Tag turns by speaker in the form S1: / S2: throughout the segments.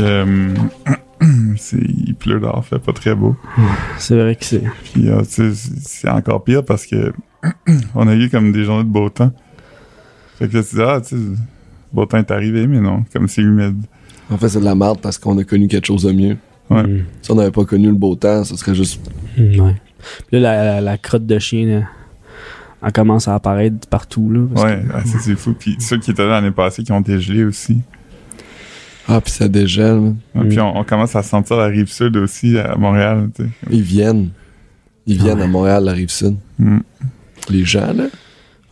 S1: euh, c'est- il pleut dehors, fait pas très beau.
S2: C'est vrai que c'est.
S1: Puis euh, tu sais, c'est c'est encore pire parce que on a eu comme des journées de beau temps. Fait que là, tu dis, ah, tu sais, le beau temps est arrivé, mais non, comme c'est humide.
S3: En fait, c'est de la merde parce qu'on a connu quelque chose de mieux.
S1: Ouais.
S2: Mm.
S3: Si on n'avait pas connu le beau temps, ce serait juste.
S2: Mm, ouais. Puis là, la, la- la crotte de chien, là, elle commence à apparaître partout. Là, parce
S1: Ouais, ah, ça, c'est fou. Puis ceux qui étaient là l'année passée qui ont dégelé aussi.
S3: Ah, puis ça dégèle. man.
S1: Ouais,
S2: Mm.
S1: Puis on, on commence à sentir la rive sud aussi à Montréal. tu sais.
S3: Ils viennent. Ils viennent
S2: Ouais.
S3: à Montréal, la rive sud.
S1: Mm.
S3: Les gens, là.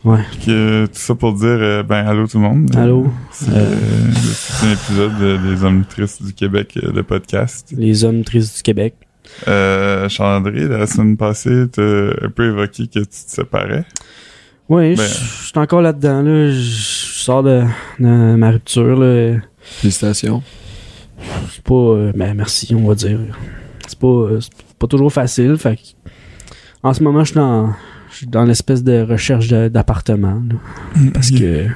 S1: Fait que, tout ça pour dire, euh, ben, allô tout le monde.
S2: que- Allô?
S1: C'est
S2: Euh.
S1: euh, c'est un épisode de- des Hommes Tristes du Québec, euh, le podcast.
S2: Les hommes tristes du Québec.
S1: Euh, Charles-André, la semaine passée, t'as un peu évoqué que tu te séparais.
S2: Oui,
S1: Ben-
S2: je je suis encore là-dedans. Là. Je je sors de, de ma rupture. Là.
S3: Félicitations.
S2: C'est pas. euh, ben, merci, on va dire. C'est pas, euh, c'est pas toujours facile. Fait que- en ce moment, je suis dans, je suis dans l'espèce de recherche de- d'appartement. là, Parce
S1: Il y a-
S2: que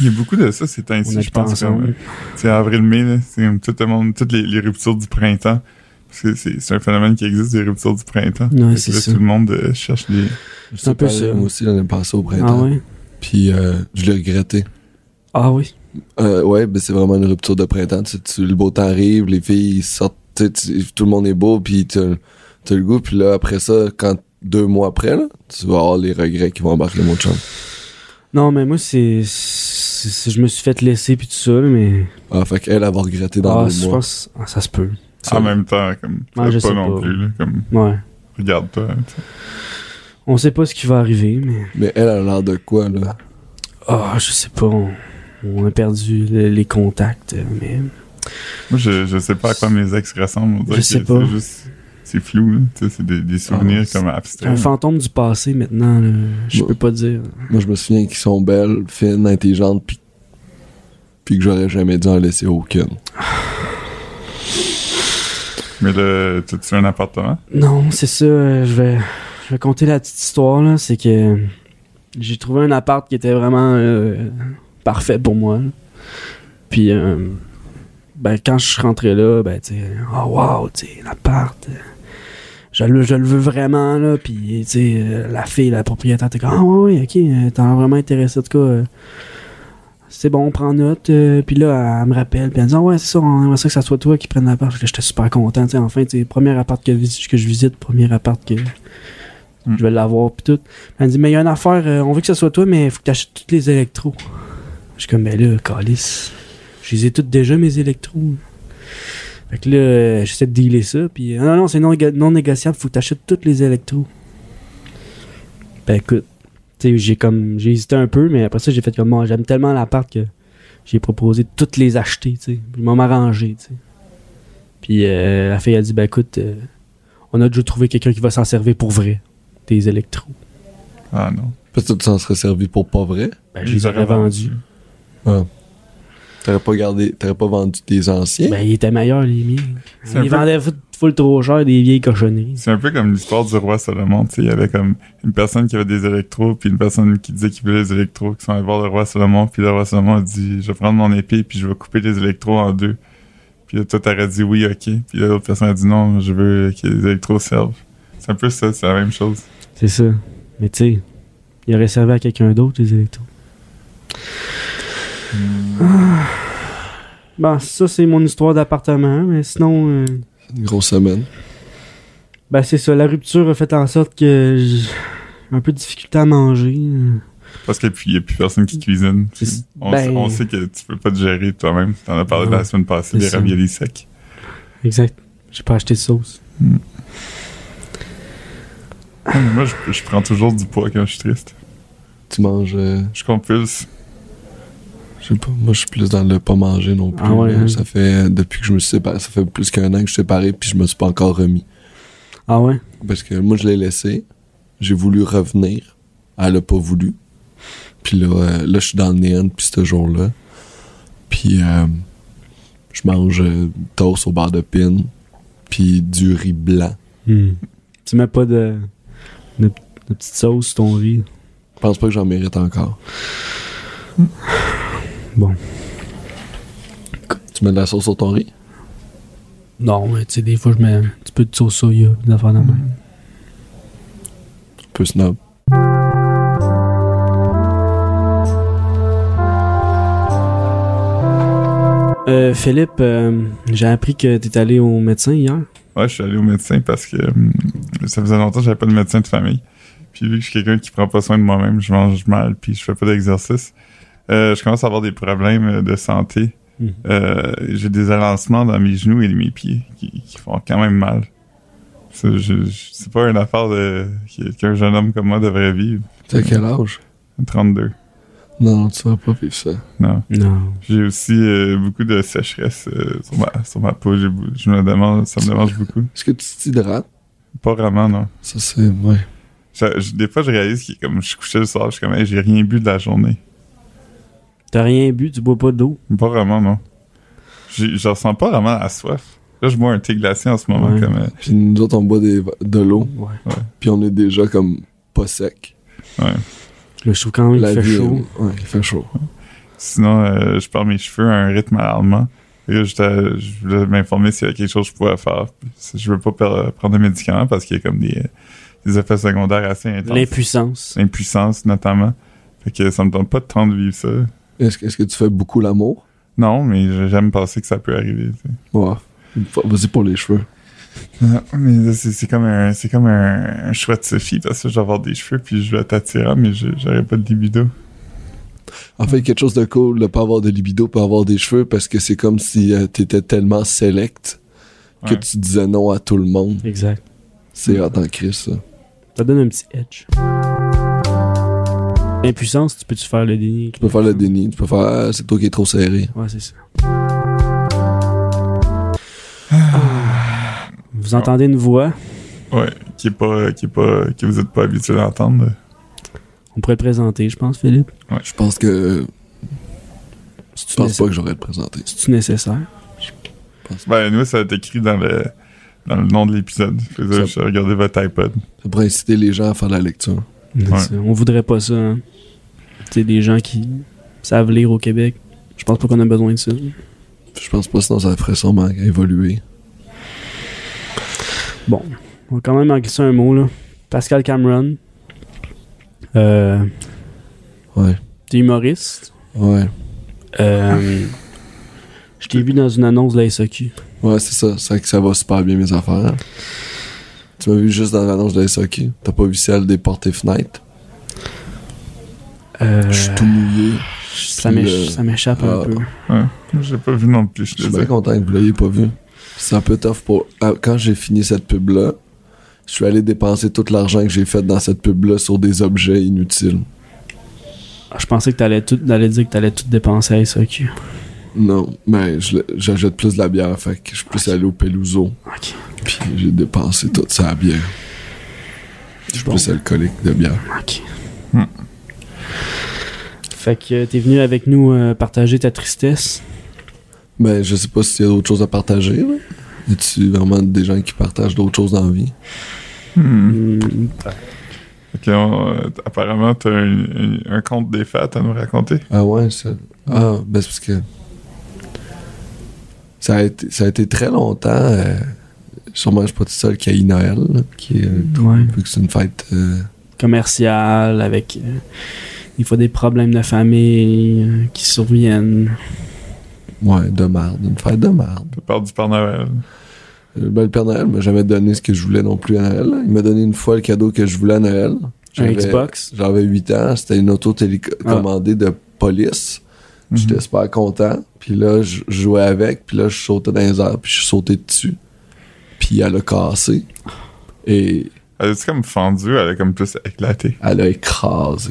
S1: Il y a beaucoup de ça ces
S2: on
S1: temps-ci, je
S2: habite
S1: pense. comme,
S2: ensemble.
S1: euh, C'est avril-mai, là, c'est comme tout le monde, toutes les, les ruptures du printemps. Parce que c'est c'est un phénomène qui existe, les ruptures du printemps.
S2: Ouais,
S1: Fait que
S2: c'est
S1: là,
S2: ça.
S1: Tout le monde euh, cherche des...
S3: C'est
S2: un peu ça.
S3: Moi aussi, l'année passée au
S2: Ah
S3: printemps.
S2: ouais?
S3: Puis euh, je l'ai regretté.
S2: Ah oui.
S3: Euh, ouais, ben c'est vraiment une rupture de printemps. Tu, tu- le beau temps arrive, les filles ils sortent, tu sais, tu- tout le monde est beau, puis tu as le goût. Puis là, après ça, quand deux mois après, là, tu vas avoir les regrets qui vont embarquer mon chum.
S2: Non, mais moi, c'est. c'est- c'est- Je me suis fait laisser puis tout ça, là, mais.
S3: Ah, fait qu'elle, elle va regretter dans
S2: Ah,
S3: deux
S2: je
S3: mois.
S2: pense. ah, ça se peut.
S3: Ça-
S1: En même temps, comme,
S2: Ouais, je
S1: pas
S2: sais
S1: non
S2: pas.
S1: plus, là, comme,
S2: Ouais.
S1: regarde pas. tu sais.
S2: On sait pas ce qui va arriver, mais.
S3: Mais elle a l'air de quoi, là?
S2: Ah, je sais pas. On, on a perdu le- les contacts, euh, mais.
S1: Moi, je, je sais pas à quoi mes ex ressemblent. on dirait
S2: Je
S1: que
S2: sais
S1: c'est
S2: pas.
S1: juste- C'est flou, là. Tu sais, c'est des, des souvenirs
S2: Ah, c'est
S1: comme
S2: C'est
S1: abstraits.
S2: un fantôme du passé maintenant, là. Je
S3: Bon.
S2: peux pas dire.
S3: Moi, je me souviens qu'ils sont belles, fines, intelligentes, puis puis que j'aurais jamais dû en laisser aucune.
S1: Mais là, tu as un appartement?
S2: Non, c'est ça. euh, Je vais, je vais compter la petite histoire, là. C'est que j'ai trouvé un appart qui était vraiment euh, parfait pour moi. là. Puis, euh, ben, quand je suis rentré là, ben, tu sais, oh wow, tu sais, l'appart. euh, Je le, je le veux vraiment, là. Puis, tu sais, euh, la fille, la propriétaire, t'es comme, ah ouais, ouais, ok, euh, t'en as vraiment intéressé, en tout cas. euh, c'est bon, on prend note. euh, puis là, elle me rappelle. Puis elle me dit, Ah ouais, c'est ça, on aimerait ça que ça soit toi qui prenne l'appart. Fait que là, J'étais super content. tu sais, Enfin, tu sais, premier appart que, vis- que je visite, premier appart que
S1: Mm.
S2: je vais l'avoir. Puis tout. Elle me dit, mais il y a une affaire, euh, on veut que ça soit toi, mais il faut que tu achètes tous les électros. Je suis comme, mais là, calice. Je les ai toutes déjà, mes électros. Fait que là, euh, j'essaie de dealer ça. Puis, Ah non, non, c'est non, néga- non négociable, faut que tu achètes tous les électros. Ben écoute, tu sais, j'ai comme, j'ai hésité un peu, mais après ça, j'ai fait comme, moi, j'aime tellement l'appart que j'ai proposé de toutes les acheter, tu sais. Ils m'ont arrangé, tu sais. Puis euh, la fille a dit, ben écoute, euh, on a déjà trouvé quelqu'un qui va s'en servir pour vrai, tes électros.
S1: Ah non.
S3: Parce que tu t'en serais servi pour pas vrai.
S2: Ben, je les aurais vendus.
S3: T'aurais pas gardé, t'aurais pas vendu tes anciens.
S2: Ben, ils étaient meilleurs, les miens.
S1: C'est
S2: Ils
S1: un peu-
S2: vendaient full, full trop cher des vieilles cochonneries.
S1: C'est un peu comme l'histoire du roi Salomon, tu sais. Il y avait comme une personne qui avait des électros, puis une personne qui disait qu'il voulait les électros, qui sont allés voir le roi Salomon, puis le roi Salomon a dit, je vais prendre mon épée, puis je vais couper les électros en deux. Puis là, toi, t'aurais dit oui, ok. Puis là, l'autre personne a dit non, je veux que les électros servent. C'est un peu ça, c'est la même chose.
S2: C'est ça. Mais tu sais, ils auraient servi à quelqu'un d'autre, les électros.
S1: Hmm.
S2: Bon, Ah. Ben, ça, c'est mon histoire d'appartement, mais sinon. euh,
S3: Une grosse semaine.
S2: Ben c'est ça, la rupture a fait en sorte que j'ai un peu de difficulté à manger.
S1: Parce qu'il n'y a plus personne qui cuisine.
S2: C'est-
S1: On,
S2: ben-
S1: sait, on sait que tu peux pas te gérer toi-même. Tu en as parlé
S2: Non,
S1: la semaine passée,
S2: c'est
S1: des
S2: ça.
S1: raviolis secs.
S2: Exact. J'ai pas acheté de sauce.
S1: Ah, mais Moi, je, je prends toujours du poids quand je suis triste.
S3: Tu manges, euh,
S1: Je compulse.
S3: je sais pas, moi je suis plus dans le pas manger non plus.
S2: Ah ouais,
S3: là.
S2: hein.
S3: Ça fait, euh, depuis que je me suis séparé, ça fait plus qu'un an que je suis séparé, puis je me suis pas encore remis.
S2: Ah ouais?
S3: Parce que moi je l'ai laissé, j'ai voulu revenir, elle a pas voulu. Puis là, euh, là je suis dans le néant depuis ce jour-là. Puis euh, je mange euh, toast au bar de pin, puis du riz blanc.
S2: Hmm. Tu mets pas de, de, de petite sauce sur ton riz.
S3: Je pense pas que j'en mérite encore.
S2: Bon.
S3: Tu Tu mets de la sauce sur ton riz?
S2: Non, mais tu sais, des fois, je mets un petit peu de sauce soya, des affaires de même.
S3: Un peu snob.
S2: Euh, Philippe, euh, j'ai appris que t'es allé au médecin hier.
S1: Ouais, je suis allé au médecin parce que hum, ça faisait longtemps que j'avais pas de médecin de famille. Puis vu que je suis quelqu'un qui prend pas soin de moi-même, je mange mal, puis je fais pas d'exercice, euh, je commence à avoir des problèmes euh, de santé.
S2: Mhm.
S1: Euh, J'ai des avancements dans mes genoux et mes pieds qui, qui font quand même mal. Ça, je- je- C'est pas une affaire de que- qu'un jeune homme comme moi devrait vivre.
S3: T'as quel âge?
S1: 32.
S3: Non, tu vas pas vivre ça.
S1: Non.
S2: Non.
S1: J'ai aussi euh, beaucoup de sécheresse euh, sur, ma, sur ma peau. J'ai bou- Je me demande, ça me démange beaucoup.
S3: Est-ce que tu t'hydrates?
S1: Pas vraiment, non.
S3: Ça, c'est... Ouais.
S1: Je- je- des fois, je réalise que comme je suis couché le soir, je suis comme, Hey, j'ai rien bu de la journée.
S2: T'as rien bu, tu bois pas d'eau.
S1: Pas vraiment, non. J'ai- Je ressens pas vraiment la soif. Là, je bois un thé glacé en ce moment.
S2: Ouais.
S1: Comme, euh,
S3: Puis nous autres, on boit des- de l'eau,
S2: Ouais.
S3: puis on est déjà comme pas sec.
S2: Le chaud quand même, il fait
S3: vie,
S2: chaud.
S3: euh, Ouais, il fait chaud.
S1: sinon, euh, je perds mes cheveux à un rythme alarmant. Fait que j'étais- Je voulais m'informer s'il y a quelque chose que je pouvais faire. Puis, si Je veux pas per- prendre de médicaments parce qu'il y a comme des, des effets secondaires assez intenses.
S2: L'impuissance.
S1: L'impuissance, notamment. Fait que ça me donne pas de temps de vivre ça.
S3: Est-ce que, est-ce que tu fais beaucoup l'amour?
S1: Non, mais j'aime penser que ça peut arriver. tu sais.
S3: Ouais. Vas-y pour les cheveux.
S1: Ah, mais là, c'est c'est comme un c'est comme un, un choix de Sophie parce que je vais avoir des cheveux puis je vais être attirant mais je- j'aurai pas de libido.
S3: En fait, quelque chose de cool de pas avoir de libido, pas avoir des cheveux, parce que c'est comme si euh, t'étais tellement select que
S1: Ouais.
S3: tu disais non à tout le monde.
S2: Exact.
S3: C'est hot en crise, ça.
S2: Ça donne un petit edge. L'impuissance, tu peux-tu faire le déni?
S3: Tu peux faire le déni, tu peux faire Ah, c'est toi qui es trop serré.
S2: Ouais, c'est ça. Ah. Vous entendez une voix?
S1: Ouais, qui est pas qui est pas que vous êtes pas habitué d'entendre.
S2: On pourrait le présenter, je pense, Philippe.
S3: Je pense que. Je
S2: C'est-tu
S3: pense pas que j'aurais le présenté.
S2: C'est-tu nécessaire?
S1: Ben nous ça va être écrit dans le dans le nom de l'épisode. Fait que là, Je
S3: Ça-
S1: regardais votre iPod.
S3: Ça pourrait inciter les gens à faire la lecture.
S2: C'est- On voudrait pas ça. hein. Tu sais, des gens qui savent lire au Québec. Je pense pas qu'on a besoin de ça.
S3: Je pense pas, sinon ça ferait sûrement évoluer.
S2: On va quand même en glisser un mot, là. Pascal Cameron. Euh,
S3: Ouais.
S2: T'es humoriste.
S3: Ouais. Ah.
S2: Euh, je t'ai vu dans une annonce de la SAQ.
S3: Ouais, c'est ça. C'est vrai que ça va super bien, mes affaires. hein. Tu m'as vu juste dans l'annonce de SOK. T'as pas vu celle des portes et fenêtres.
S2: Euh,
S3: Je suis tout mouillé.
S2: ça m'éch-
S3: le-
S2: ça m'échappe
S3: Ah.
S2: un peu.
S1: J'ai pas vu non plus.
S3: Je
S1: Je
S3: suis
S1: les
S3: bien
S1: ai.
S3: content que vous l'ayez pas vu. C'est un peu tough pour. Ah, Quand j'ai fini cette pub-là, je suis allé dépenser tout l'argent que j'ai fait dans cette pub-là sur des objets inutiles.
S2: Ah, Je pensais que t'allais tout, t'allais dire que t'allais tout dépenser à la SAQ.
S3: Non, mais je le- j'achète plus de la bière, fait que je puisse aller au Peluso.
S2: Ok.
S3: Puis j'ai dépensé toute sa bière. Je suis
S2: Bon.
S3: plus alcoolique de bière.
S2: Ok.
S1: Hmm.
S2: Fait que t'es venu avec nous euh, partager ta tristesse.
S3: Mais Ben, je sais pas s'il y a d'autres choses à partager. Là. Y a-tu vraiment des gens qui partagent d'autres choses dans la vie?
S1: Hmm.
S2: Hmm,
S1: Fait que, on- euh, apparemment t'as un, un, un conte des fêtes à nous raconter.
S3: Ah ouais, ça. Ah, ben c'est parce que. Ça a été, ça a été très longtemps. euh, Sûrement, je suis pas tout seul qui a eu Noël, là, qui est, euh,
S2: ouais.
S3: vu que c'est une fête. euh,
S2: Commercial, avec euh, des fois des problèmes de famille euh, qui surviennent.
S3: ouais, de merde, une fête de merde.
S1: T'as peur du Père Noël.
S3: Euh, Ben, le Père Noël m'a jamais donné ce que je voulais non plus à Noël. là. Il m'a donné une fois le cadeau que je voulais à Noël.
S2: Un
S3: J'avais-
S2: Xbox. Ah.
S3: J'avais 8 ans, c'était une auto télécommandée de police.
S1: Mhm.
S3: J'étais super content. Puis là, je je jouais avec. Puis là, je sautais dans les airs. Puis je suis sauté dessus. Puis elle a cassé. Et
S1: Elle est comme fendue, elle est comme plus éclatée.
S3: elle a écrasé.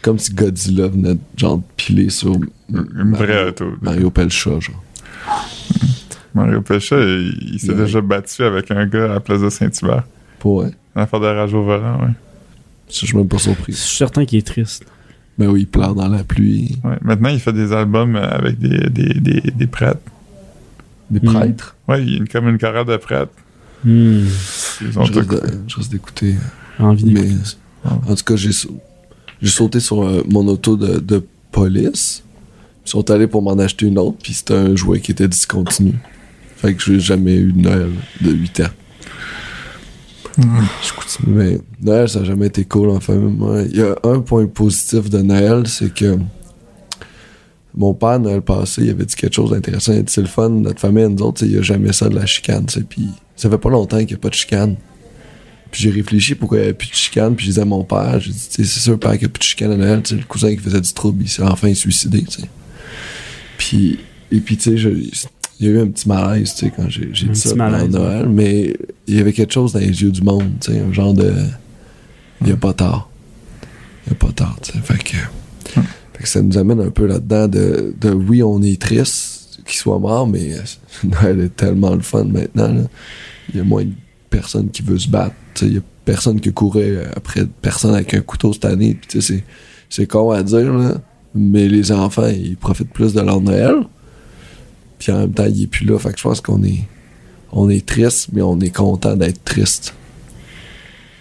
S3: Comme si Godzilla venait de, genre de piler sur
S1: Une
S3: Ben,
S1: vraie auto.
S3: Mario Pelcha, genre.
S1: Mario Pécha, il, il s'est
S3: Ouais.
S1: déjà battu avec un gars à la place de Saint-Hubert.
S3: Pas ouais.
S1: Une affaire de rage au volant, ouais.
S3: Je suis même pas
S2: Je
S3: surpris.
S2: suis certain qu'il est triste.
S3: Mais oui, il pleure dans la pluie.
S1: ouais. Maintenant, il fait des albums euh, avec des, des, des, des prêtres.
S3: Des
S2: Mhm.
S3: prêtres.
S1: Ouais, il y a une- comme une chorale de prêtres.
S2: Hmm,
S1: Ils ont
S3: Je
S1: tout
S3: reste,
S1: coupé.
S3: de- je reste d'écouter. euh,
S2: J'ai envie
S3: Mais-
S2: d'écouter ça.
S3: En tout cas, j'ai, sau- j'ai sauté sur euh, mon auto de, de police. Ils sont allés pour m'en acheter une autre, puis c'était un jouet qui était discontinu. Fait que j'ai jamais eu de Noël de 8 ans. Je continue, Mais Noël, ça n'a jamais été cool en famille. Moi, Il y a un point positif de Noël, c'est que mon père, Noël passé, il avait dit quelque chose d'intéressant. Il a dit, C'est le fun, notre famille, nous autres, tu sais, il n'y a jamais ça de la chicane. tu sais. Puis ça fait pas longtemps qu'il n'y a pas de chicane. Puis j'ai réfléchi pourquoi il n'y avait plus de chicane. Puis je disais à mon père, j'ai dit, Tu sais, c'est sûr, père, qu'il n'y a plus de chicane à Noël. Tu sais, le cousin qui faisait du trouble, il s'est enfin suicidé. tu sais. Puis, et puis, tu sais, je- il y a eu un petit malaise, tu sais, quand j'ai j'ai
S2: Un
S3: dit
S2: petit
S3: ça
S2: malaise.
S3: pendant Noël. Mais il y avait quelque chose dans les yeux du monde, tu sais, un genre de. Il n'y a pas tard. Il n'y a pas tard, tu sais. Fait que. Fait que ça nous amène un peu là-dedans de, de oui, on est triste qu'il soit mort, mais euh, Noël est tellement le fun maintenant. là. Il y a moins de personnes qui veulent se battre. tu sais. Il y a personne qui courait après personne avec un couteau cette année. Puis tu sais, c'est- c'est con à dire, là, mais les enfants, ils profitent plus de leur Noël. Puis en même temps, il est plus là. Fait que je pense qu'on est, on est triste, mais on est content d'être triste.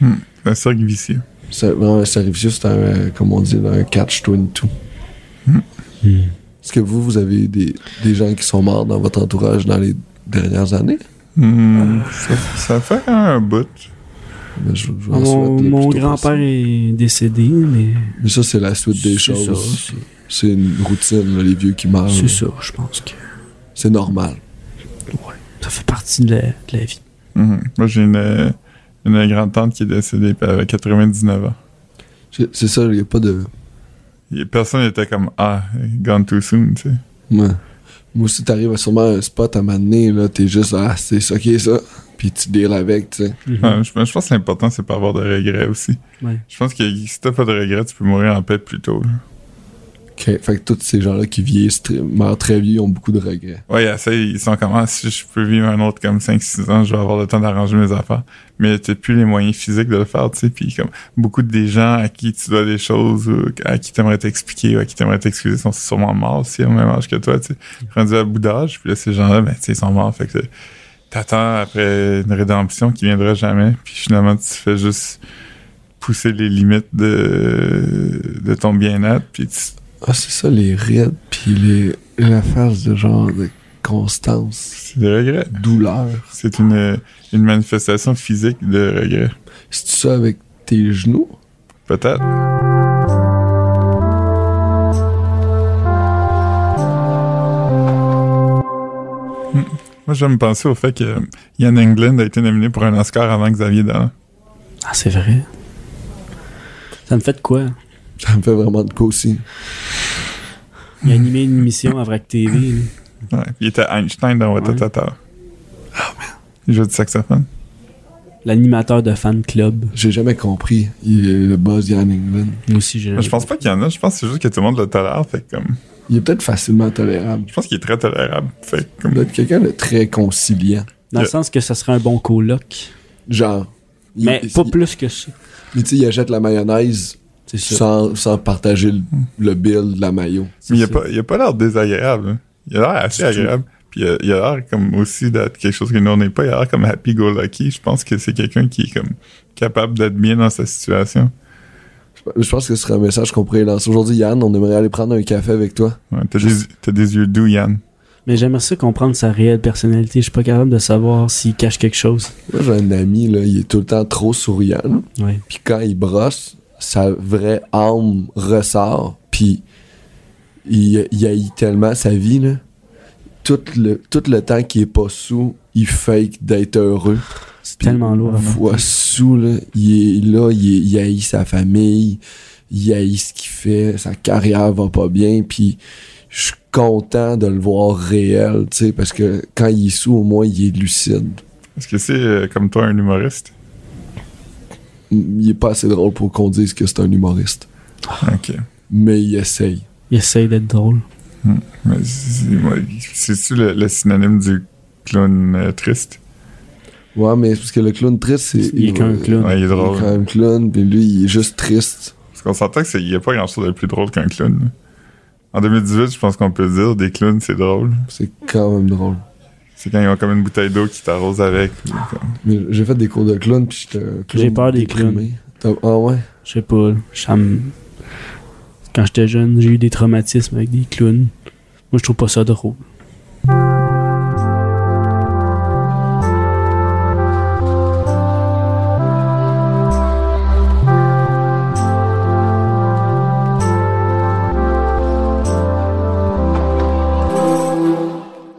S1: Un cercle vicieux.
S3: C'est vraiment c'est un c'est un, euh, comme on dit, un catch 22. Est-ce que vous, vous avez des, des gens qui sont morts dans votre entourage dans les dernières années?
S1: Hmm, ça, ça fait un bout.
S3: Ben, je- je vous en souhaite
S2: Ah, Mon,
S3: le
S2: mon
S3: plus tôt
S2: grand-père
S3: possible.
S2: est décédé, mais
S3: Mais ça, c'est la suite des
S2: C'est
S3: choses.
S2: ça,
S3: C'est une routine, là, les vieux qui meurent.
S2: c'est
S3: là.
S2: ça, je pense que
S3: C'est normal.
S2: ça fait partie de la, de la vie.
S1: Mhm. Moi, j'ai une, une grande-tante qui est décédée, puis elle avait 99 ans.
S3: C'est c'est ça, il n'y a pas de.
S1: Et Personne n'était comme Ah, gone too soon, tu sais.
S3: Ouais. Moi aussi, t'arrives à sûrement un spot à m'amener, là, t'es juste, ah, c'est ça qui est ça. Puis tu deals avec, tu sais.
S2: Mhm.
S1: Ouais, je, je pense que l'important, c'est pas avoir de regrets aussi.
S2: Ouais.
S1: Je pense que si t'as pas de regrets, tu peux mourir en paix plus tôt. là.
S3: Ok, Fait que tous ces gens-là qui vieillissent, très- meurent très vieux, ont beaucoup de regrets.
S1: Ouais, ils essayent, ils sont comme, ah, si je peux vivre un autre comme 5-6 ans, je vais avoir le temps d'arranger mes affaires. Mais t'as plus les moyens physiques de le faire, tu sais. Puis comme, beaucoup des gens à qui tu dois des choses, ou à qui t'aimerais t'expliquer, ou à qui t'aimerais t'excuser, sont sûrement morts aussi, au même âge que toi, tu sais. Rendu à bout d'âge, puis là, ces gens-là, ben, tu sais, ils sont morts. Fait que t'attends après une rédemption qui viendra jamais, puis finalement, tu fais juste pousser les limites de, de ton bien-être, puis tu
S3: Ah, c'est ça, les rides, puis les... la phase de genre de constance,
S1: c'est des regrets.
S3: douleur.
S1: C'est une, une manifestation physique de regret.
S3: C'est ça avec tes genoux?
S1: Peut-être. Hmm. Moi, j'aime penser au fait que euh, Ian Englund a été nominé pour un Oscar avant Xavier Dolan.
S2: Ah, c'est vrai. Ça me fait de quoi?
S3: Ça me fait vraiment de quoi aussi.
S2: Il a animé une émission à Vrac TV. là.
S1: Ouais. Il était Einstein dans Watatata. Il joue du saxophone.
S2: L'animateur de fan club.
S3: J'ai jamais compris il est le buzz Yann England.
S2: Moi aussi, j'ai.
S1: Je pense pas qu'il y en a. Je pense que c'est juste que tout le monde le tolère. Fait que, comme,
S3: Il est peut-être facilement tolérable.
S1: je pense qu'il est très tolérable. Fait que, comme,
S3: Peut-être quelqu'un de très conciliant.
S2: Dans le
S1: Yeah.
S2: sens que ça serait un bon coloc.
S3: Genre. il-
S2: Mais
S3: il-
S2: pas plus que ça.
S3: Mais tu sais, il achète la mayonnaise
S2: C'est ça.
S3: sans, sans partager le, le bill de la mayo.
S2: c'est
S1: Mais il a
S2: ça.
S1: pas, il a pas l'air désagréable. hein. Il a l'air assez
S3: Du tout.
S1: agréable. Puis euh, il a, il a l'air comme aussi d'être quelque chose que nous on n'est pas. Il a l'air comme happy go lucky. Je pense que c'est quelqu'un qui est comme capable d'être bien dans sa situation.
S3: Je pense que ce serait un message qu'on pourrait lancer. Aujourd'hui, Yann, on aimerait aller prendre un café avec toi.
S1: Ouais, t'as, des, t'as des yeux doux, Yann.
S2: Mais j'aimerais ça comprendre sa réelle personnalité. Je suis pas capable de savoir s'il cache quelque chose.
S3: Moi, j'ai un ami, là, il est tout le temps trop souriant. là.
S2: Ouais.
S3: Puis quand il brosse, sa vraie âme ressort. Puis il, il haït tellement sa vie, là. Tout le, tout le temps qu'il est pas sous, il fake d'être heureux.
S2: C'est tellement lourd.
S3: Une fois sous, là, il est là, il, est- il haït sa famille, il haït ce qu'il fait, sa carrière va pas bien, puis je suis content de le voir réel, tu sais, parce que quand il est sous, au moins, il est lucide.
S1: Est-ce que c'est euh, comme toi un humoriste?
S3: Il est pas assez drôle pour qu'on dise que c'est un humoriste,
S2: Ah.
S1: Ok.
S3: mais il essaye.
S2: Il essaye d'être drôle.
S1: Mais c'est, moi, c'est-tu le, le synonyme du clown euh, triste?
S3: Ouais, mais c'est parce que le clown triste, c'est...
S2: Il est qu'un clown.
S1: Ouais, il est
S3: Il
S1: drôle.
S3: est quand même clown, puis lui, il est juste triste.
S1: Parce qu'on s'entend qu'il n'y a pas grand-chose de plus drôle qu'un clown. là. En 2018, je pense qu'on peut dire des clowns, c'est drôle.
S3: C'est quand même drôle.
S1: C'est quand ils ont comme une bouteille d'eau qui t'arrose avec. ou comme-
S3: Mais j'ai fait des cours de clown, puis j'étais un clown
S2: J'ai peur des
S3: déprimé. T'as- Ah ouais?
S2: Je sais pas. là. Ça me- Quand j'étais jeune, j'ai eu des traumatismes avec des clowns. Moi, je trouve pas ça drôle.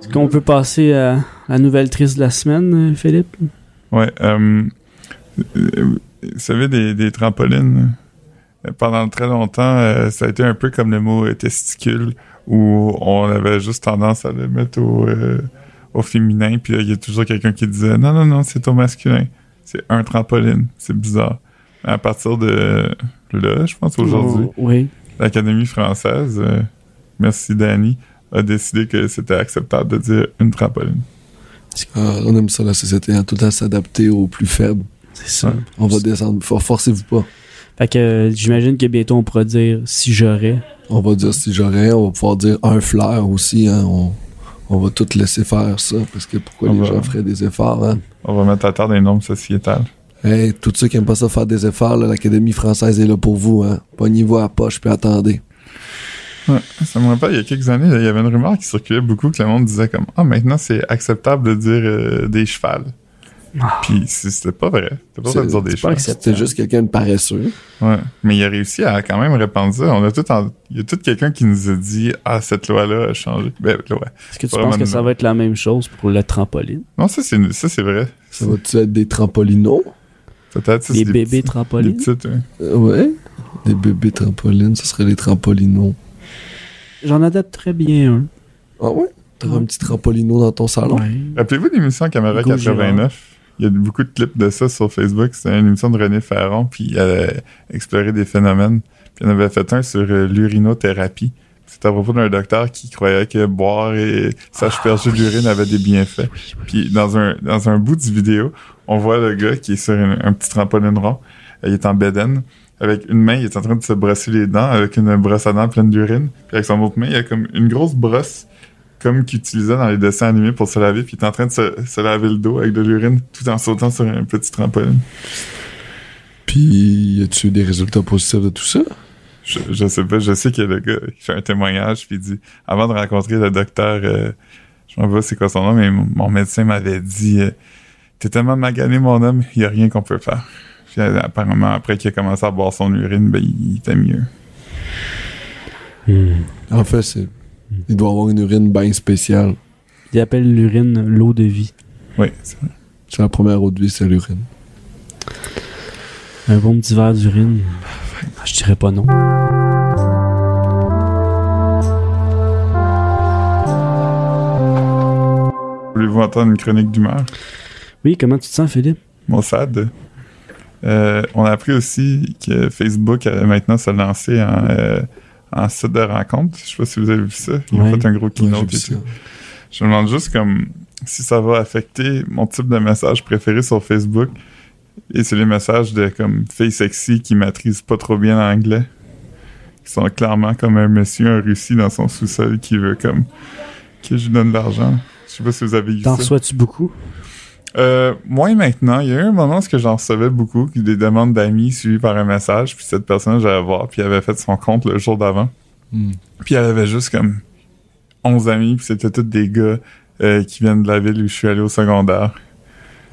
S2: Est-ce qu'on peut passer à la nouvelle triste de la semaine, euh, Philippe?
S1: Ouais. euh, euh, vous savez, des, des trampolines, euh, pendant très longtemps, euh, ça a été un peu comme le mot euh, testicule, où on avait juste tendance à le mettre au, euh, au féminin, puis là, il y a toujours quelqu'un qui disait non, non, non, c'est au masculin. C'est un trampoline. C'est bizarre. À partir de là, je pense aujourd'hui,
S2: Oh, oui.
S1: l'Académie française, euh, merci Dani, a décidé que c'était acceptable de dire une trampoline.
S3: Ah, on aime ça, la société, hein, tout le temps s'adapter aux plus faibles.
S2: C'est ça.
S1: Ouais.
S3: On va descendre. For- Forcez-vous pas.
S2: Fait que euh, j'imagine que bientôt on pourra dire si j'aurais.
S3: On va dire si j'aurais, on va pouvoir dire un flair aussi. hein, on, on va tout laisser faire ça, parce que pourquoi
S1: On
S3: les
S1: va-
S3: gens feraient des efforts? Hein?
S1: On va mettre à terre des normes sociétales.
S3: Hey, tous ceux qui aiment pas ça faire des efforts, là, l'Académie française est là pour vous. Hein? Pognez-vous à la poche, puis attendez.
S1: Ouais, ça me rappelle, il y a quelques années, là, il y avait une rumeur qui circulait beaucoup que le monde disait comme Ah, maintenant c'est acceptable de dire euh, des chevals.
S2: Ah.
S1: Puis c- c'était pas vrai. C'était pas
S3: C'est-
S1: vrai de dire des
S2: c'est pas
S1: chevals.
S2: acceptable.
S3: C'était juste quelqu'un de paresseux.
S1: Ouais. Mais il a réussi à quand même répandre ça. On a tout en- Il y a tout quelqu'un qui nous a dit Ah, cette loi-là a changé. Ben, loi.
S2: Est-ce que tu
S1: Pas
S2: penses que
S1: vraiment.
S2: ça va être la même chose pour le trampoline?
S1: Non, ça c'est, ça, c'est vrai.
S3: Ça va-tu être des trampolinos?
S1: Peut-être ça,
S2: Les
S1: c'est des
S2: bébés
S1: petits- des
S2: trampolines?
S1: petites, ouais.
S3: Euh, ouais. Des bébés trampolines, ce serait des trampolinos.
S2: J'en adapte très bien un.
S3: Ah ouais? T'auras un petit trampolino dans ton salon?
S2: Ouais.
S1: Mmh. Rappelez-vous l'émission Caméra
S2: Hugo
S1: 89. Il y a beaucoup de clips de ça sur Facebook. C'était une émission de René Ferron, puis elle allait explorer des phénomènes. Puis on avait fait un sur euh, l'urinothérapie. C'était à propos d'un docteur qui croyait que boire et s'asperger d'urine avait des bienfaits. Puis dans un, dans un bout du vidéo, on voit le gars qui est sur une- un petit trampoline rond. Euh, Il est en bedaine. Avec une main, il est en train de se brosser les dents avec une brosse à dents pleine d'urine. Puis avec son autre main, il a comme une grosse brosse comme qu'il utilisait dans les dessins animés pour se laver, puis il est en train de se, se laver le dos avec de l'urine tout en sautant sur un petit trampoline.
S3: Puis, y a-tu des résultats positifs de tout ça?
S1: Je, je sais pas, je sais qu'il y a le gars qui fait un témoignage, puis il dit avant de rencontrer le docteur, euh, je ne sais pas c'est quoi son nom, mais mon mon médecin m'avait dit euh, T'es tellement magané, mon homme, il n'y a rien qu'on peut faire. Puis euh, apparemment, après qu'il a commencé à boire son urine, ben il était mieux.
S3: En fait, c'est. Il doit avoir une urine bien spéciale.
S2: Ils appellent l'urine l'eau de vie.
S1: Oui, c'est vrai.
S3: C'est la première eau de vie, c'est l'urine.
S2: Un bon petit verre d'urine. Ah, Je dirais pas non.
S1: Voulez-vous entendre une chronique d'humeur?
S2: Oui, comment tu te sens, Philippe?
S1: Mossad. Euh, on a appris aussi que Facebook allait maintenant se lancer en, euh, en site de rencontre. Je sais pas si vous avez vu ça. Ils
S2: Ouais.
S1: ont fait un gros
S3: Ouais,
S1: keynote
S3: j'ai
S1: et
S3: vu ça.
S1: tout. Je me demande juste comme si ça va affecter mon type de message préféré sur Facebook. Et c'est les messages de comme filles sexy qui maîtrisent pas trop bien l'anglais. Qui sont clairement comme un monsieur en Russie dans son sous-sol qui veut comme que je lui donne de l'argent. Je sais pas si vous avez vu
S2: T'en
S1: ça.
S2: reçois-tu beaucoup?
S1: Euh, moi maintenant, il y a eu un moment où ce que j'en recevais beaucoup, des demandes d'amis suivies par un message, puis cette personne j'allais voir, puis elle avait fait son compte le jour d'avant,
S3: Hmm.
S1: puis elle avait juste comme 11 amis, puis c'était tous des gars euh, qui viennent de la ville où je suis allé au secondaire,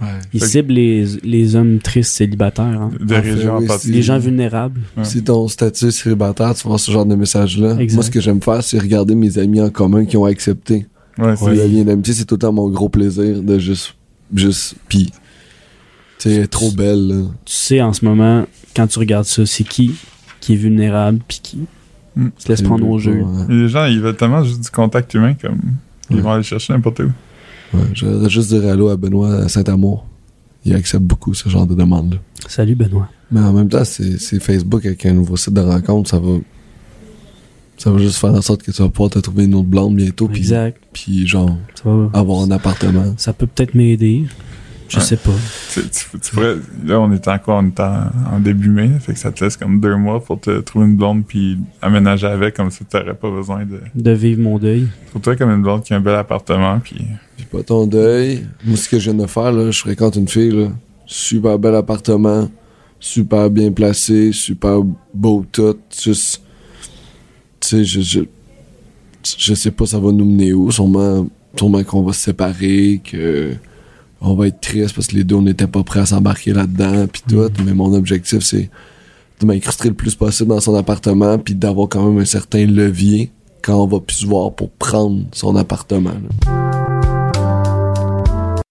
S3: Ouais.
S2: Ils
S1: Fait que-
S2: ciblent les, les hommes tristes célibataires. hein.
S1: de
S3: Ah,
S1: région
S3: oui,
S1: en
S3: c'est-
S2: Les
S1: particulier.
S2: gens vulnérables.
S1: Ouais.
S3: Si ton statut célibataire, tu vois ce genre de message-là,
S2: Exact.
S3: moi, ce que j'aime faire, c'est regarder mes amis en commun qui ont accepté
S1: Ouais, c'est-
S3: le lien d'amitié. C'est tout le temps mon gros plaisir de juste. Juste. Pis. Tu sais, elle est trop belle, là.
S2: Tu sais, en ce moment, quand tu regardes ça, c'est qui qui est vulnérable puis qui
S1: Mm.
S2: se laisse prendre au jeu.
S3: Ouais.
S1: les gens, ils veulent tellement juste du contact humain, comme ils
S3: Ouais.
S1: vont aller chercher n'importe où.
S3: Ouais, J'aurais juste dire allô à Benoît à Saint-Amour. Il accepte beaucoup ce genre de demande-là.
S2: Salut, Benoît.
S3: Mais en même temps, c'est c'est Facebook avec un nouveau site de rencontre, ça va. Ça va juste faire en sorte que tu vas pouvoir te trouver une autre blonde bientôt, puis,
S2: Exact.
S3: puis genre
S2: Ça, va.
S3: avoir un appartement.
S2: ça peut peut-être m'aider. Je
S1: Ouais.
S2: sais pas.
S1: Tu, tu- tu pourrais- là, on est en quoi? On est en, en début mai, fait que ça te laisse comme deux mois pour te trouver une blonde, puis aménager avec, comme ça, t'aurais pas besoin de.
S2: De vivre mon deuil.
S1: Trouve-toi comme une blonde qui a un bel appartement, puis
S3: Puis pas ton deuil. Moi, ce que je viens de faire, là, je fréquente une fille, là. Super bel appartement, super bien placé, super beau tout. Juste. Tu sais, je, je- je sais pas ça va nous mener où. Sûrement, sûrement qu'on va se séparer, que on va être triste parce que les deux on n'était pas prêts à s'embarquer là-dedans puis tout. Mais mon objectif c'est de m'incruster le plus possible dans son appartement puis d'avoir quand même un certain levier quand on va plus se voir pour prendre son appartement. là.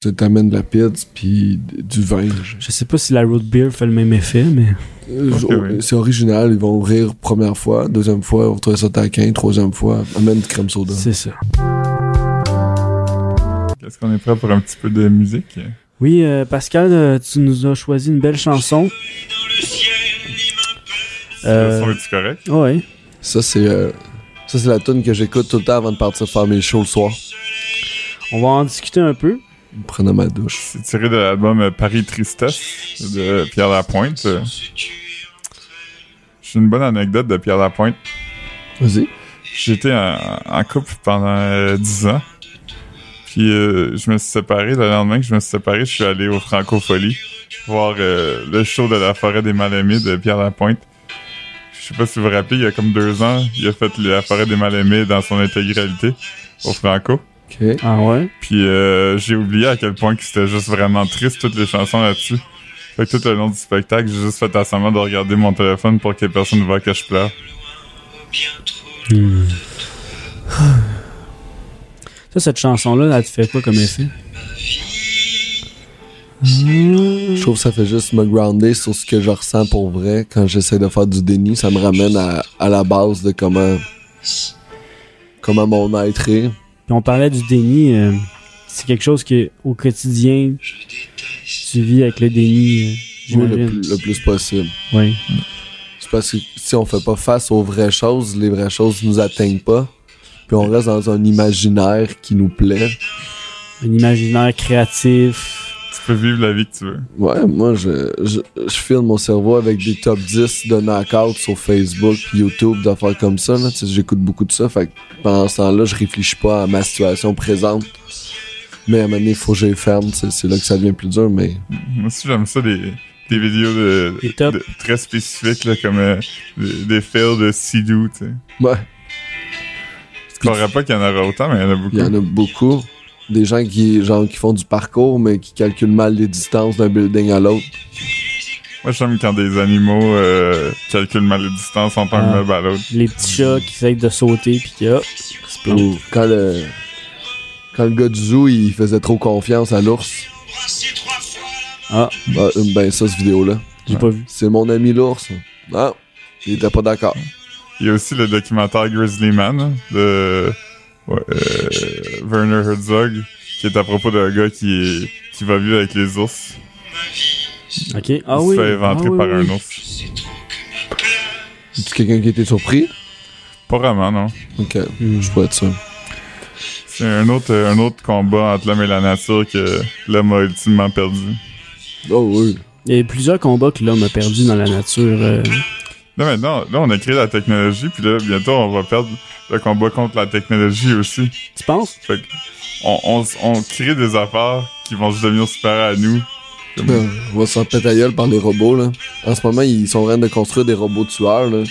S3: Tu t'amènes de la pizza puis du vin. je-
S2: Je sais pas si la root beer fait le même effet, mais
S3: euh,
S1: Ok,
S3: oh,
S1: oui.
S3: C'est original, ils vont rire première fois, deuxième fois, on retrouve ça taquin, troisième fois, amène du crème soda.
S2: c'est ça.
S1: Est-ce qu'on est prêt pour un petit peu de musique?
S2: Oui, euh, Pascal, euh, tu nous as choisi une belle chanson.
S1: Le son
S2: Euh,
S1: est-tu correct?
S2: ouais.
S3: Ça, c'est euh, ça, c'est la tune que j'écoute tout le temps avant de partir faire mes shows le soir.
S2: On va en discuter un peu.
S3: En prenant ma douche.
S1: C'est tiré de l'album euh, Paris Tristesse de Pierre Lapointe. Euh, J'ai une bonne anecdote de Pierre Lapointe.
S3: Vas-y.
S1: J'étais en, en couple pendant euh, 10 ans. Puis euh, je me suis séparé. Le lendemain que je me suis séparé, je suis allé au Francofolie voir euh, le show de la forêt des mal-aimés de Pierre Lapointe. Je sais pas si vous vous rappelez, il y a comme deux ans, il a fait la forêt des mal-aimés dans son intégralité au Franco.
S3: Ok.
S2: Ah ouais?
S1: Puis euh, j'ai oublié à quel point que c'était juste vraiment triste toutes les chansons là-dessus. Fait que tout le long du spectacle, j'ai juste fait assemblage de regarder mon téléphone pour que personne ne voit que je pleure.
S2: Ça, cette chanson-là, elle te fait quoi comme effet?
S3: Je trouve que ça fait juste me grounder sur ce que je ressens pour vrai quand j'essaie de faire du déni. Ça me ramène à, à la base de comment, comment mon être est.
S2: Puis on parlait du déni. euh, c'est quelque chose que au quotidien, tu vis avec le déni, euh,
S3: Oui, le,
S2: j'imagine.
S3: plus- le plus possible.
S2: Oui.
S3: C'est parce que si on fait pas face aux vraies choses, les vraies choses nous atteignent pas. Puis on reste dans un imaginaire qui nous plaît.
S2: Un imaginaire créatif.
S1: Tu peux vivre la vie que tu veux.
S3: Ouais, moi, je, je, je filme mon cerveau avec des top 10 de knockout sur Facebook, puis YouTube, d'affaires comme ça. Là. Tu sais, J'écoute beaucoup de ça, fait que pendant ce temps-là, je réfléchis pas à ma situation présente. Mais à un moment donné, il faut que je les ferme, tu sais, c'est là que ça devient plus dur, mais...
S1: Moi aussi, j'aime ça, des, des vidéos de,
S2: Des tops.
S1: de- très spécifiques, là, comme euh, des, des fails de Sidou. Tu sais.
S3: Ouais,
S1: Je croirais pas qu'il y en aura autant, mais il y en a beaucoup.
S3: il y en a beaucoup. Des gens qui, genre, qui font du parcours, mais qui calculent mal les distances d'un building à l'autre.
S1: Moi, j'aime quand des animaux euh, calculent mal les distances en tant
S2: Ah.
S1: que meuble à l'autre.
S2: Les petits chats qui essayent de sauter puis que hop, se plantent.
S3: Ou quand le... Quand le gars du zoo, il faisait trop confiance à l'ours.
S2: Ah,
S3: Bah, euh, ben ça, cette vidéo-là.
S2: j'ai pas vu.
S3: C'est mon ami l'ours. Ah, il était pas d'accord.
S1: Il y a aussi le documentaire Grizzly Man hein, de ouais, euh, Werner Herzog, qui est à propos d'un gars qui, est- qui va vivre avec les ours.
S2: Ok. Ah
S1: il
S2: oui.
S1: se fait éventrer
S2: ah oui,
S1: par
S2: oui.
S1: un ours.
S3: C'est quelqu'un qui était surpris?
S1: Pas vraiment, non.
S3: Ok,
S2: Hmm.
S3: je pourrais être sûr.
S1: C'est un autre, un autre combat entre l'homme et la nature que l'homme a ultimement perdu.
S3: Oh oui.
S2: Il y a plusieurs combats que l'homme a perdu dans la nature. euh,
S1: Là, maintenant, là, on a créé la technologie, puis là, bientôt, on va perdre le combat contre la technologie aussi.
S2: Tu penses?
S1: Fait que on, on, s- on crée des affaires qui vont juste devenir super à nous.
S3: Ben, on va se faire péter la gueule par les robots, là. En ce moment, ils sont en train de construire des robots tueurs, là.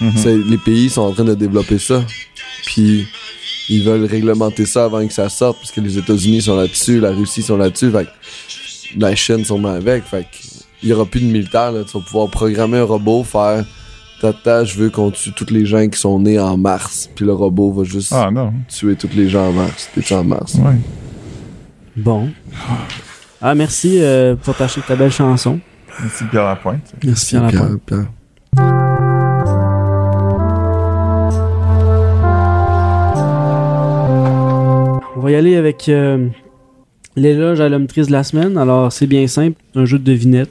S1: Mhm.
S3: C'est- Les pays sont en train de développer ça. Puis, ils veulent réglementer ça avant que ça sorte, parce que les États-Unis sont là-dessus, la Russie sont là-dessus, fait que la Chine sont avec, fait que il y aura plus de militaires, là. Tu vas pouvoir programmer un robot, faire... Tata, je veux qu'on tue tous les gens qui sont nés en mars. Puis le robot va juste...
S1: Ah non,
S3: tuer tous les gens en mars. T'es en mars.
S1: ouais.
S2: Bon. Ah, merci euh, pour t'acheter ta belle chanson.
S1: Merci Pierre Lapointe.
S2: Merci à la
S3: Pierre,
S2: pointe.
S3: Pierre.
S2: On va y aller avec euh, l'éloge à l'homme triste de la semaine. Alors, c'est bien simple, un jeu de devinettes.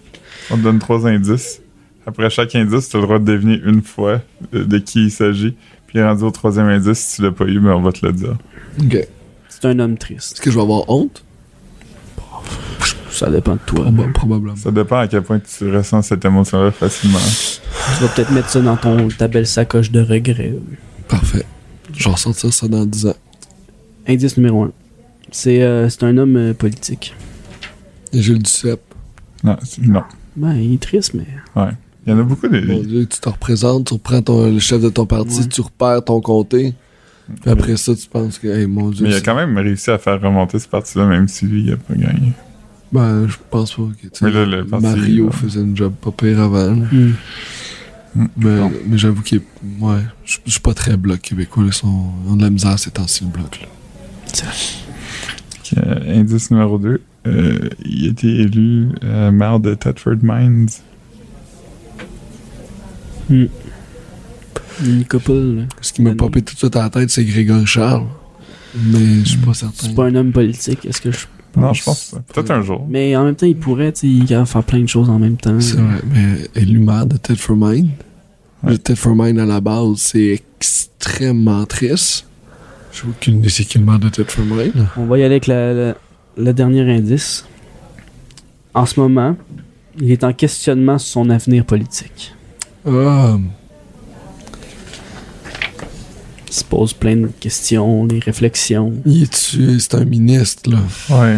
S1: On te donne trois indices. Après chaque indice, tu as le droit de deviner une fois de, de qui il s'agit. Puis rendu au troisième indice, si tu l'as pas eu, mais on va te le dire.
S3: Ok. Est-ce
S2: C'est un homme triste.
S3: que je vais avoir honte?
S2: Ça dépend de toi.
S1: Ah, ben,
S3: probablement.
S1: Ça dépend à quel point tu ressens cette émotion-là facilement.
S2: Tu vas peut-être mettre ça dans ton, ta belle sacoche de regrets.
S3: Parfait. Je vais ressortir ça dans 10 ans.
S2: Indice numéro 1. C'est euh, c'est un homme euh, politique.
S3: Et Gilles Duceppe.
S1: Non, c'est- non.
S2: Ben, il est triste, mais.
S1: Il y en a beaucoup des.
S3: Mon Dieu, tu te représentes, tu reprends ton- le chef de ton parti,
S2: Ouais.
S3: tu repères ton comté. Puis après ça, tu penses que, hey, mon Dieu.
S1: Mais il a
S3: c'est-
S1: quand même réussi à faire remonter ce parti-là, même si lui, il a pas gagné.
S3: Ben, je pense pas que. tu sais,
S1: Mais là, le parti, euh,
S3: Mario
S1: ouais.
S3: faisait une job pas pire avant. là.
S2: Hmm.
S3: Mais,
S1: Bon.
S3: mais j'avoue qu'il est. Ouais, je je suis pas très bloc québécois. là, Ils sont... ils ont de la misère ces temps-ci, le bloc. Là.
S1: Fait que, euh, indice numéro 2, il a été élu euh, maire de Thetford Mines.
S2: Une couple, là.
S3: Ce qui m'a
S2: Ben,
S3: popé tout de suite à la tête, c'est Grégory Charles. Mais je suis pas certain.
S2: C'est pas un homme politique, est-ce que je
S1: Non, je pense pas. Peut-être un jour.
S2: Mais en même temps, il pourrait, tu sais, il va faire plein de choses en même temps.
S3: C'est vrai, mais élu maire de Thetford Mine.
S1: Ouais.
S3: Le Thetford Mine à la base, c'est extrêmement triste. J'ai aucune idée c'est qui le maire de Thetford Mine.
S2: On va y aller avec la- la- le dernier indice. En ce moment, il est en questionnement sur son avenir politique.
S3: Ah,
S2: Il se pose plein de questions, des réflexions.
S3: il est tu c'est un ministre, là.
S1: Ouais.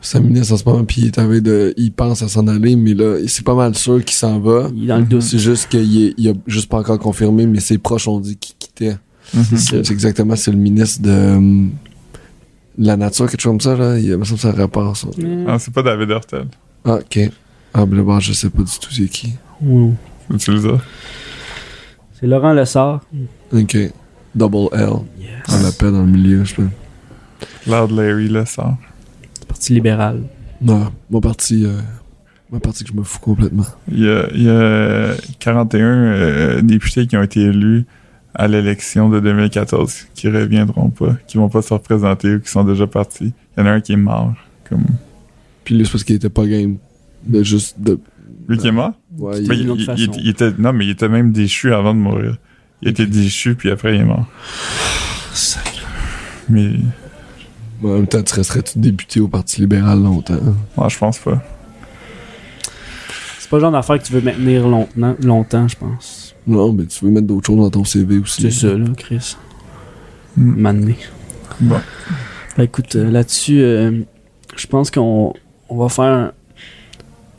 S3: C'est un ministre en ce moment, puis il est arrivé de. Il pense à s'en aller, mais là, c'est pas mal sûr qu'il s'en va.
S2: Il est dans le doute.
S3: Ah. C'est juste qu'il est- il a juste pas encore confirmé, mais ses proches ont dit qu'il quittait.
S1: Mhm.
S2: C'est-
S3: C'est exactement, c'est le ministre de euh, la nature, quelque chose comme ça, là. Il me semble que ça a rapport, ça.
S2: Euh,
S1: Ah, c'est pas David Hurtel.
S3: Ah, ok. Ah, ben bon, je sais pas du tout c'est qui.
S2: ouais.
S1: Tu le sais?
S2: C'est Laurent Lessard.
S3: Ok. Double L.
S2: Yes.
S3: On l'appelle dans le milieu, je sais pas.
S1: Loud Larry Lessard.
S2: Parti libéral.
S3: Non, mon parti, euh, mon parti que je me fous complètement.
S1: Il y a, il y a 41 euh, députés qui ont été élus à l'élection de 2014 qui reviendront pas, qui vont pas se représenter ou qui sont déjà partis. Il y en a un qui est mort. Comme...
S3: Puis lui, c'est parce qu'il était pas game. De juste de.
S1: Lui qui est mort?
S3: Ouais,
S1: Mais
S2: d'une
S3: il-
S1: il,
S2: autre
S1: il-
S2: façon.
S1: il était, non, mais il était même déchu avant de mourir. Il était déchu, puis après, il est mort. Mais
S3: en même temps, tu resterais-tu débuté au Parti libéral longtemps?
S1: moi, je pense pas.
S2: C'est pas le genre d'affaire que tu veux maintenir longtemps, longtemps je pense.
S3: Non, mais tu veux mettre d'autres choses dans ton CV aussi.
S2: C'est ça, là, Chris.
S1: Mm.
S2: Mané.
S1: Bon.
S2: Bah, écoute, euh, là-dessus, euh, je pense qu'on on va faire un,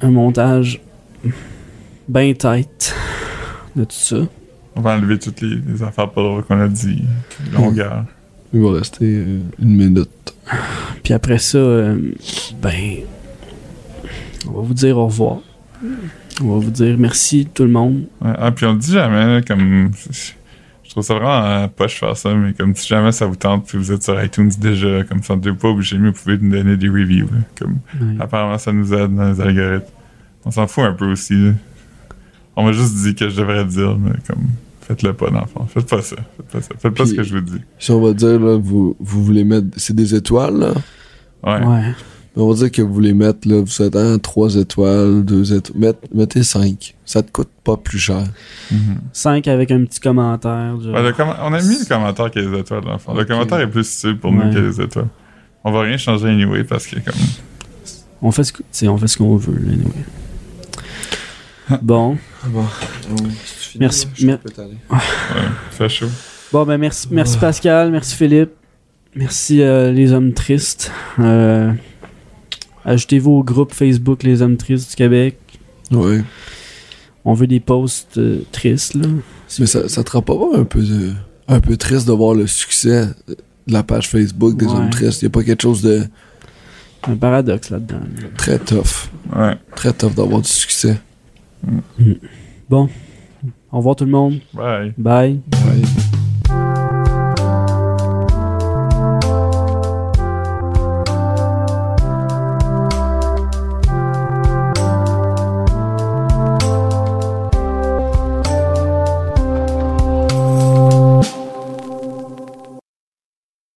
S2: un montage bien tight de tout ça.
S1: On va enlever toutes les, les affaires pas drôles qu'on a dit. Longueur.
S3: Il va rester euh, une minute.
S2: Puis après ça, euh, ben, on va vous dire au revoir. On va vous dire merci tout le monde.
S1: Ouais, Ah, puis on le dit jamais, là, comme. Je trouve ça vraiment euh, poche faire ça, mais comme si jamais ça vous tente, puis vous êtes sur iTunes déjà, comme ça, vous pas obligé, mais vous pouvez nous donner des reviews. là, comme,
S2: Ouais.
S1: apparemment, ça nous aide dans les algorithmes. On s'en fout un peu aussi. là. On m'a juste dit que je devrais dire, mais comme. Faites-le pas, d'enfant. Faites pas ça. Faites pas ça. Faites pas
S3: Puis-
S1: ce que je vous dis.
S3: Si on va dire, là, vous, vous voulez mettre. C'est des étoiles, là?
S1: Ouais.
S2: Ouais.
S3: Mais on va dire que vous les mettez, là, vous êtes en 3 étoiles, 2 étoiles. Mette- mettez 5. Ça te coûte pas plus cher.
S1: Mhm.
S2: 5 avec un petit commentaire. genre.
S1: Ouais, le comm- on a mis le commentaire que les étoiles, l'enfant. Le
S3: Ok.
S1: commentaire est plus utile pour
S2: Ouais.
S1: nous que les étoiles. On va rien changer anyway parce que, comme.
S2: On fait ce que- tu sais, on fait ce qu'on veut, là, anyway.
S1: Hein.
S2: Ah Bon.
S3: bon.
S2: Merci. Je Mer-
S1: Ouais, fait chaud.
S2: Bon, ben merci, merci Pascal, merci Philippe, merci euh, les hommes tristes. Euh, Ajoutez-vous au groupe Facebook Les Hommes Tristes du Québec.
S3: Ouais.
S2: On veut des posts euh, tristes, là.
S3: Mais ça, ça te rend pas un peu, de- un peu triste de voir le succès de la page Facebook des
S2: Ouais.
S3: hommes tristes. Y a pas quelque chose de
S2: Un paradoxe là-dedans. là.
S3: très tough.
S1: Ouais.
S3: Très tough d'avoir du succès.
S2: Au revoir tout le monde.
S1: Bye.
S2: Bye.
S3: Ouais.